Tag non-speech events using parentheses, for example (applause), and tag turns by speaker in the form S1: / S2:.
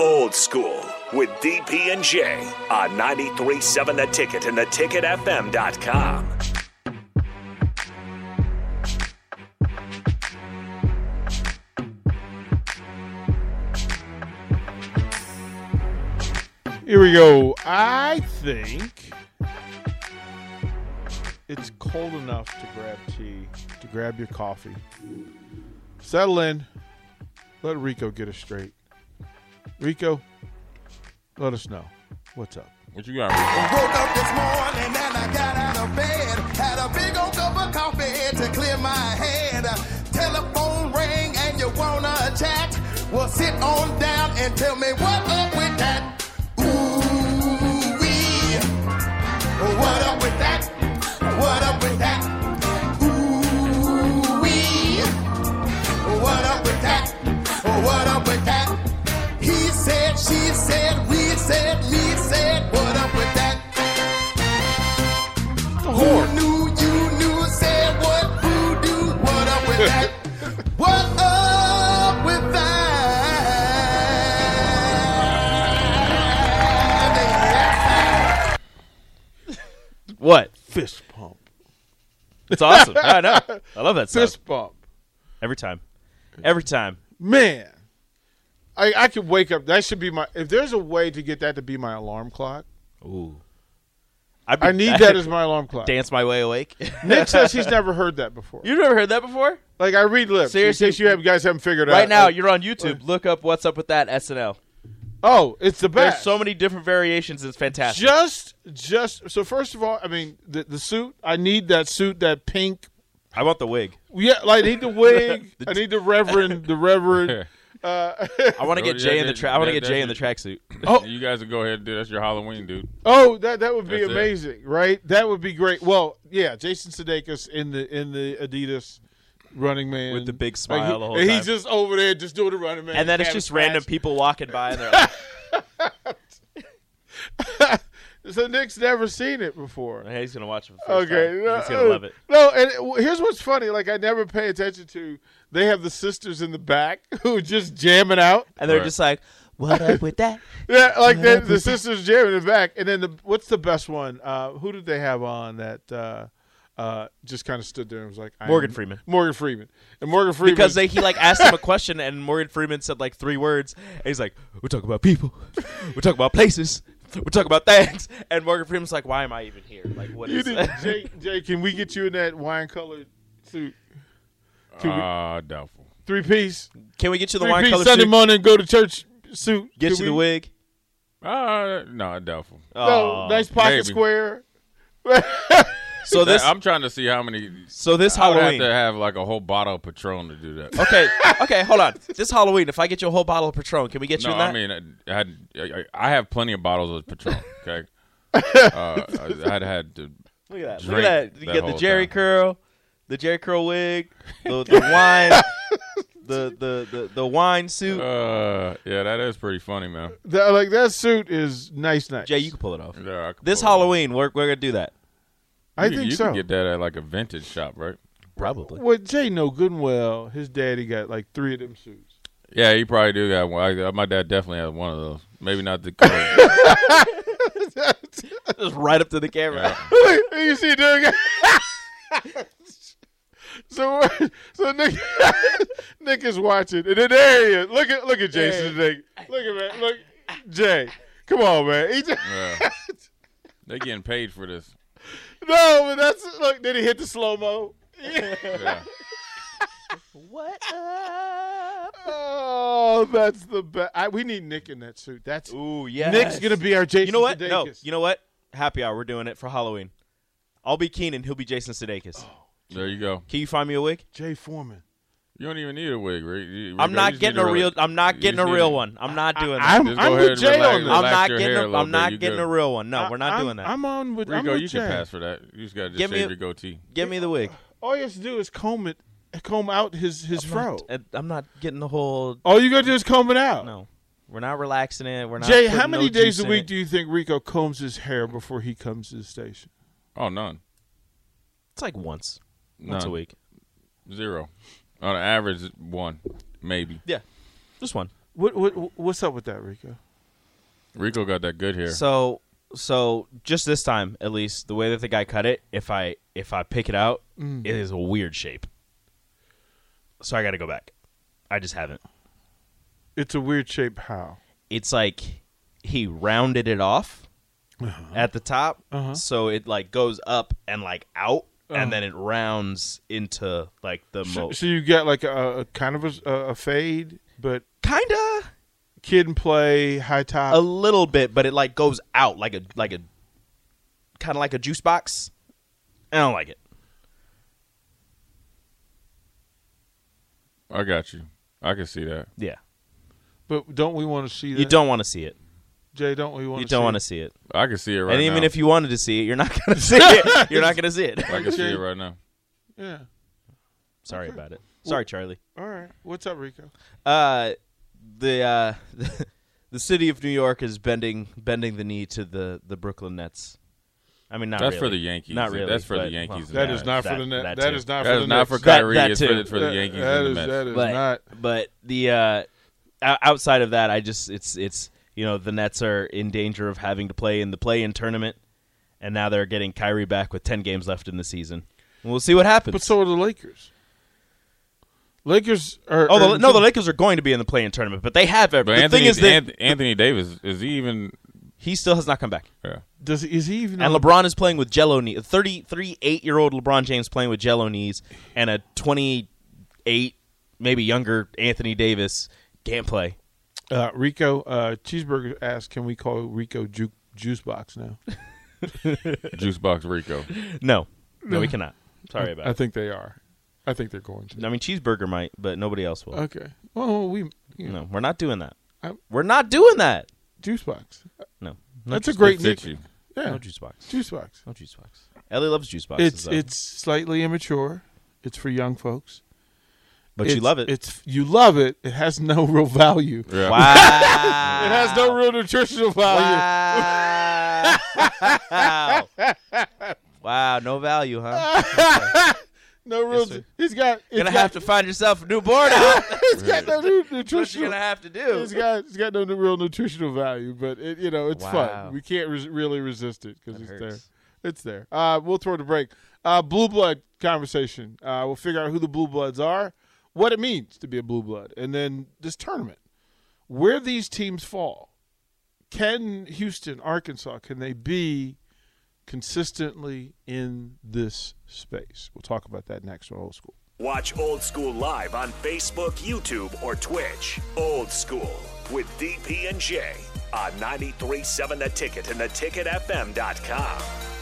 S1: Old School with DP and J on 93.7 The Ticket and theticketfm.com.
S2: Here we go. I think it's cold enough to grab tea, to grab your coffee. Settle in. Let Rico get us straight. Rico, let us know. What's up?
S3: What you got? Rico?
S4: Woke up this morning and I got out of bed. Had a big old cup of coffee to clear my head. Telephone rang and you wanna chat? Well, sit on down and tell me what up with that. Ooh wee. What up with that? What up with that? Ooh wee. Oh, What up with that? Oh, What up with that? He said, she said, we said, me said. What up with that? Who knew you knew said what voodoo? What up with that? what up with that?
S5: What?
S2: Fist pump.
S5: It's awesome.
S2: (laughs)
S5: I know. I love that stuff.
S2: Fist pump.
S5: Every time. Every time.
S2: Man. I, I could wake up. That should be my. If there's a way to get that to be my alarm clock,
S5: Ooh. (laughs)
S2: I need that as my alarm clock.
S5: dance my way
S2: (laughs)
S5: awake.
S2: Nick says
S5: (laughs)
S2: he's never heard that before.
S5: You've never heard that before?
S2: Like I read lips.
S5: Seriously?
S2: in case you have, guys haven't figured out
S5: Right now,
S2: like-
S5: you're on YouTube. Look up what's up with that SNL.
S2: Oh, it's the best.
S5: There's so many different variations. It's fantastic.
S2: just just so first of all i mean the, the suit i need that suit that pink
S5: I want the wig.
S2: yeah like i
S5: (laughs)
S2: need the wig i need the reverend the reverend
S5: I
S2: (laughs)
S5: want to get
S3: yeah,
S5: Jay in
S3: that-
S5: the tra- I want to
S3: that-
S5: get Jay in the
S3: that's
S5: tracksuit.
S2: Oh.
S3: You guys will go ahead and do that's your Halloween, dude.
S2: oh that that would be
S3: That's it.
S2: amazing right that would be great well yeah jason sudeikis in the in the adidas running man
S5: With the big
S2: Like,
S5: smile
S2: he-
S5: the whole
S2: and
S5: time.
S2: he's just over there just doing the running man
S5: And then it's
S2: having
S5: just random
S2: scratch.
S5: people walking by
S2: (laughs)
S5: and they're like,
S2: so nick's never seen it before
S5: "Hey, he's gonna watch it." For the first
S2: Okay,
S5: time. he's gonna
S2: uh,
S5: love it.
S2: No, and it- w- here's what's funny: like I never pay attention to. They have the sisters in the back (laughs) who are just jamming out.
S5: And they're
S3: Right.
S5: just like, "What up
S2: (laughs)
S5: with that?"
S2: Yeah, like the, the sisters jamming in the back. And then the what's the best one? Uh, who did they have on that? Uh, uh, just kind of stood there and was like I
S5: Morgan
S2: am-
S5: Freeman.
S2: Morgan Freeman, and Morgan Freeman
S5: Because they, he like asked him a question, and Morgan Freeman said like three words. And he's like, "We're talking about people, we're talking about places, we're talking about things." And Morgan Freeman's like, "Why am I even here? Like,
S2: (laughs)
S5: what
S2: You
S5: is?" (laughs)
S2: did, Jay, Jay, can we get you in that wine colored suit, Two weeks.
S3: Ah, doubtful.
S2: three piece,
S5: Can we get you Uh, the
S2: three
S5: wine
S2: piece
S5: color
S2: Sunday
S5: suit?
S2: morning go to church suit?
S5: Get
S2: Can
S5: you the
S2: we-
S5: wig.
S3: Ah, no, doubtful.
S2: No,
S5: Aw.
S2: nice pocket
S3: maybe.
S2: square. (laughs)
S5: So Oh, this,
S3: I'm trying to see how many.
S5: so this
S3: I would have
S5: Halloween.
S3: to have like a whole bottle of Patron to do (laughs) that.
S5: Okay, okay, hold on. This Halloween, if I get you a whole bottle of Patron, can we get
S3: no,
S5: you in
S3: I
S5: that?
S3: mean, I, I, had- I- I have plenty of bottles of Patron.
S5: (laughs)
S3: Okay, uh, I, I'd had to.
S5: look at that. Look
S3: drink
S5: at that. You
S3: that
S5: get the
S3: whole
S5: Jerry
S3: time.
S5: curl, the Jerry curl wig, the, (laughs) the wine, the, the the the wine suit.
S3: Uh, yeah, that is pretty funny, man.
S2: That, like that suit is nice, nice.
S5: Jay, you can pull it off.
S3: Yeah, I could
S5: This
S3: pull it off.
S5: Halloween, we're we're gonna do that.
S2: I
S3: You-
S2: think
S3: you
S2: so.
S3: could get that at like a vintage shop, right?
S5: Probably.
S2: Well, Jay know good and well his daddy got like three of them suits.
S3: Yeah, you probably do got one. I, my dad definitely had one of those. Maybe not
S5: (laughs)
S3: the color.
S5: (laughs) Just right up to the camera.
S2: you see, dude. (laughs) so, so Nick, (laughs) Nick is watching, and then there he is. Look at look at Jason. Nick. Look at man. Look, Jay. Come on, man. He just, (laughs)
S3: Yeah. They getting paid for this.
S2: no, but that's look. Then he hit the slow (laughs) mo.
S3: Yeah.
S5: What up?
S2: Oh, that's the best. We need Nick in that suit. That's
S5: Ooh, yeah.
S2: Nick's gonna be our Jason.
S5: You know what?
S2: Sudeikis.
S5: No. You know what? Happy hour. We're doing it for Halloween. I'll be Keenan. He'll be Jason Sudeikis.
S2: Oh.
S3: There you go.
S5: Can you find me a wig?
S2: Jay Foreman.
S3: You don't even need a wig, right? You-
S5: I'm
S3: you
S5: not
S3: just
S5: getting
S3: need
S5: a
S3: to
S5: real.
S3: relax-
S5: I'm not
S3: you
S5: getting
S3: just
S5: a
S3: need
S5: real
S3: to-
S5: one. I'm not doing that.
S2: I'm,
S3: Just go
S2: I'm
S3: ahead
S2: with
S3: and
S2: Jay
S3: relax
S2: on
S3: your
S2: this.
S5: I'm
S3: Relax
S5: not
S3: your
S5: getting.
S3: hair
S5: A,
S3: a little
S5: I'm not
S3: bit. You
S5: getting a
S3: good.
S5: real one. No, we're not
S2: I'm,
S5: doing that.
S2: I'm on with I'm
S3: Rico,
S2: with
S3: you
S2: Jay.
S3: can pass for that. You just got to just
S5: Give me
S3: shave
S5: a-
S3: your goatee.
S5: Give me the wig.
S2: All you have to do is comb it, comb out his his fro.
S5: Uh, I'm not getting the whole.
S2: All you gotta do is comb it out.
S5: No, we're not relaxing it. We're not.
S2: Jay,
S5: putting
S2: how many
S5: no
S2: days
S5: juice
S2: a
S5: in
S2: week
S5: it.
S2: do you think Rico combs his hair before he comes to the station?
S3: Oh, none.
S5: It's like once.
S3: none.
S5: Once a week.
S3: Zero. On average, one. Maybe.
S5: Yeah, just one.
S2: What, what what's up with that, Rico?
S3: Rico got that good here.
S5: So so just this time at least the way that the guy cut it, if I if I pick it out, it is a weird shape. So I got to go back. I just haven't.
S2: It's a weird shape. How?
S5: It's like he rounded it off at the top, so it like goes up and like out, and then it rounds into like the
S2: So,
S5: most
S2: so you got like a, a kind of a, a fade, but
S5: kinda
S2: kid and play high top.
S5: a little bit, but it like goes out like a like a kind of like a juice box. I don't like it.
S3: I got you. I can see that.
S5: Yeah,
S2: but don't we want to see that?
S5: you don't want to see it.
S2: Jay. Don't we want?
S5: You don't want
S2: to
S5: to see it.
S3: I can see it right
S5: and
S3: now.
S5: even if you wanted to see it, you're not (laughs) gonna see it. You're not gonna see it. (laughs)
S3: I can see it right now.
S2: see. Yeah.
S5: Sorry about it. Sorry, Charlie.
S2: All right. What's up, Rico?
S5: Uh, the uh, (laughs) the city of New York is bending bending the knee to the the Brooklyn Nets. I mean, not
S3: That's for
S5: really.
S3: the Yankees.
S5: Not really.
S3: That's for the
S5: but-
S3: Yankees.
S5: well,
S2: That
S3: Yeah,
S2: is not
S5: that-
S2: for the net.
S5: that
S2: that
S5: too.
S2: is not
S3: That
S2: for the
S3: is not
S2: Nets.
S3: for
S5: That-
S3: Kyrie.
S5: that
S3: it's
S5: too.
S3: for the, for the Yankees
S2: That
S3: and the
S2: is
S3: Mets.
S2: that is
S5: but,
S2: not.
S5: But the uh, o- outside of that, I just it's it's you know the Nets are in danger of having to play in the play-in tournament, and now they're getting Kyrie back with ten games left in the season. And we'll see what happens.
S2: But so are the Lakers. Lakers are.
S5: oh the,
S2: are-
S5: no, the Lakers are going to be in the play-in tournament, but they have every.
S3: But
S5: The
S3: Anthony,
S5: thing is that
S3: Anth- Anthony Davis is he even?
S5: he still has not come back.
S3: Yeah.
S2: Does he- is he even?
S5: And
S2: on-
S5: LeBron is playing with jello knees. 33 8 year old LeBron James playing with jello knees, and a 28, maybe younger Anthony Davis can't play.
S2: Uh, Rico uh, Cheeseburger asked, "Can we call Rico Ju- Juice Box
S5: (laughs)
S2: now?"
S3: Juice box Rico.
S5: No. No, we cannot. Sorry about
S2: I
S5: it.
S2: think they are. I think they're going to.
S5: I mean, Cheeseburger might, but nobody else will.
S2: Okay. Well, we you know,
S5: No, we're not doing that.
S2: I'm-
S5: We're not doing that.
S2: Juice Box.
S5: No. No
S2: That's a
S5: juice
S2: great
S3: Fit
S2: nick-
S3: you.
S2: Yeah.
S5: box. No juice box.
S2: Juice Box.
S5: No juice box. Ellie loves juice boxes.
S2: It's
S5: though.
S2: it's slightly immature. It's for young folks.
S5: but you
S2: It's-
S5: love it.
S2: It's you love it. It has no (laughs) real value.
S3: Yeah.
S5: wow.
S2: It has no real nutritional value.
S5: Wow. (laughs) wow. No value, huh?
S2: No real.
S5: sir.
S2: he's got. It's
S5: gonna
S2: got,
S5: have to find yourself a new
S2: (laughs)
S5: board out.
S2: It's got no nu-
S5: what you
S2: nutritional.
S5: gonna have to do.
S2: It's got. It's got no nu- real nutritional value, but it, you know it's
S5: Wow.
S2: fun. We can't res- really resist it because it's
S5: hurts.
S2: there. It's there. Uh, we'll throw the break. Uh, blue blood conversation. Uh, we'll figure out who the blue bloods are, what it means to be a blue blood, and then this tournament, where these teams fall. Can Houston, Arkansas, can they be consistently in this space? We'll talk about that next on Old School.
S1: Watch Old School live on Facebook, YouTube, or Twitch. Old School with DP and J on 937 The Ticket and theticketfm.com.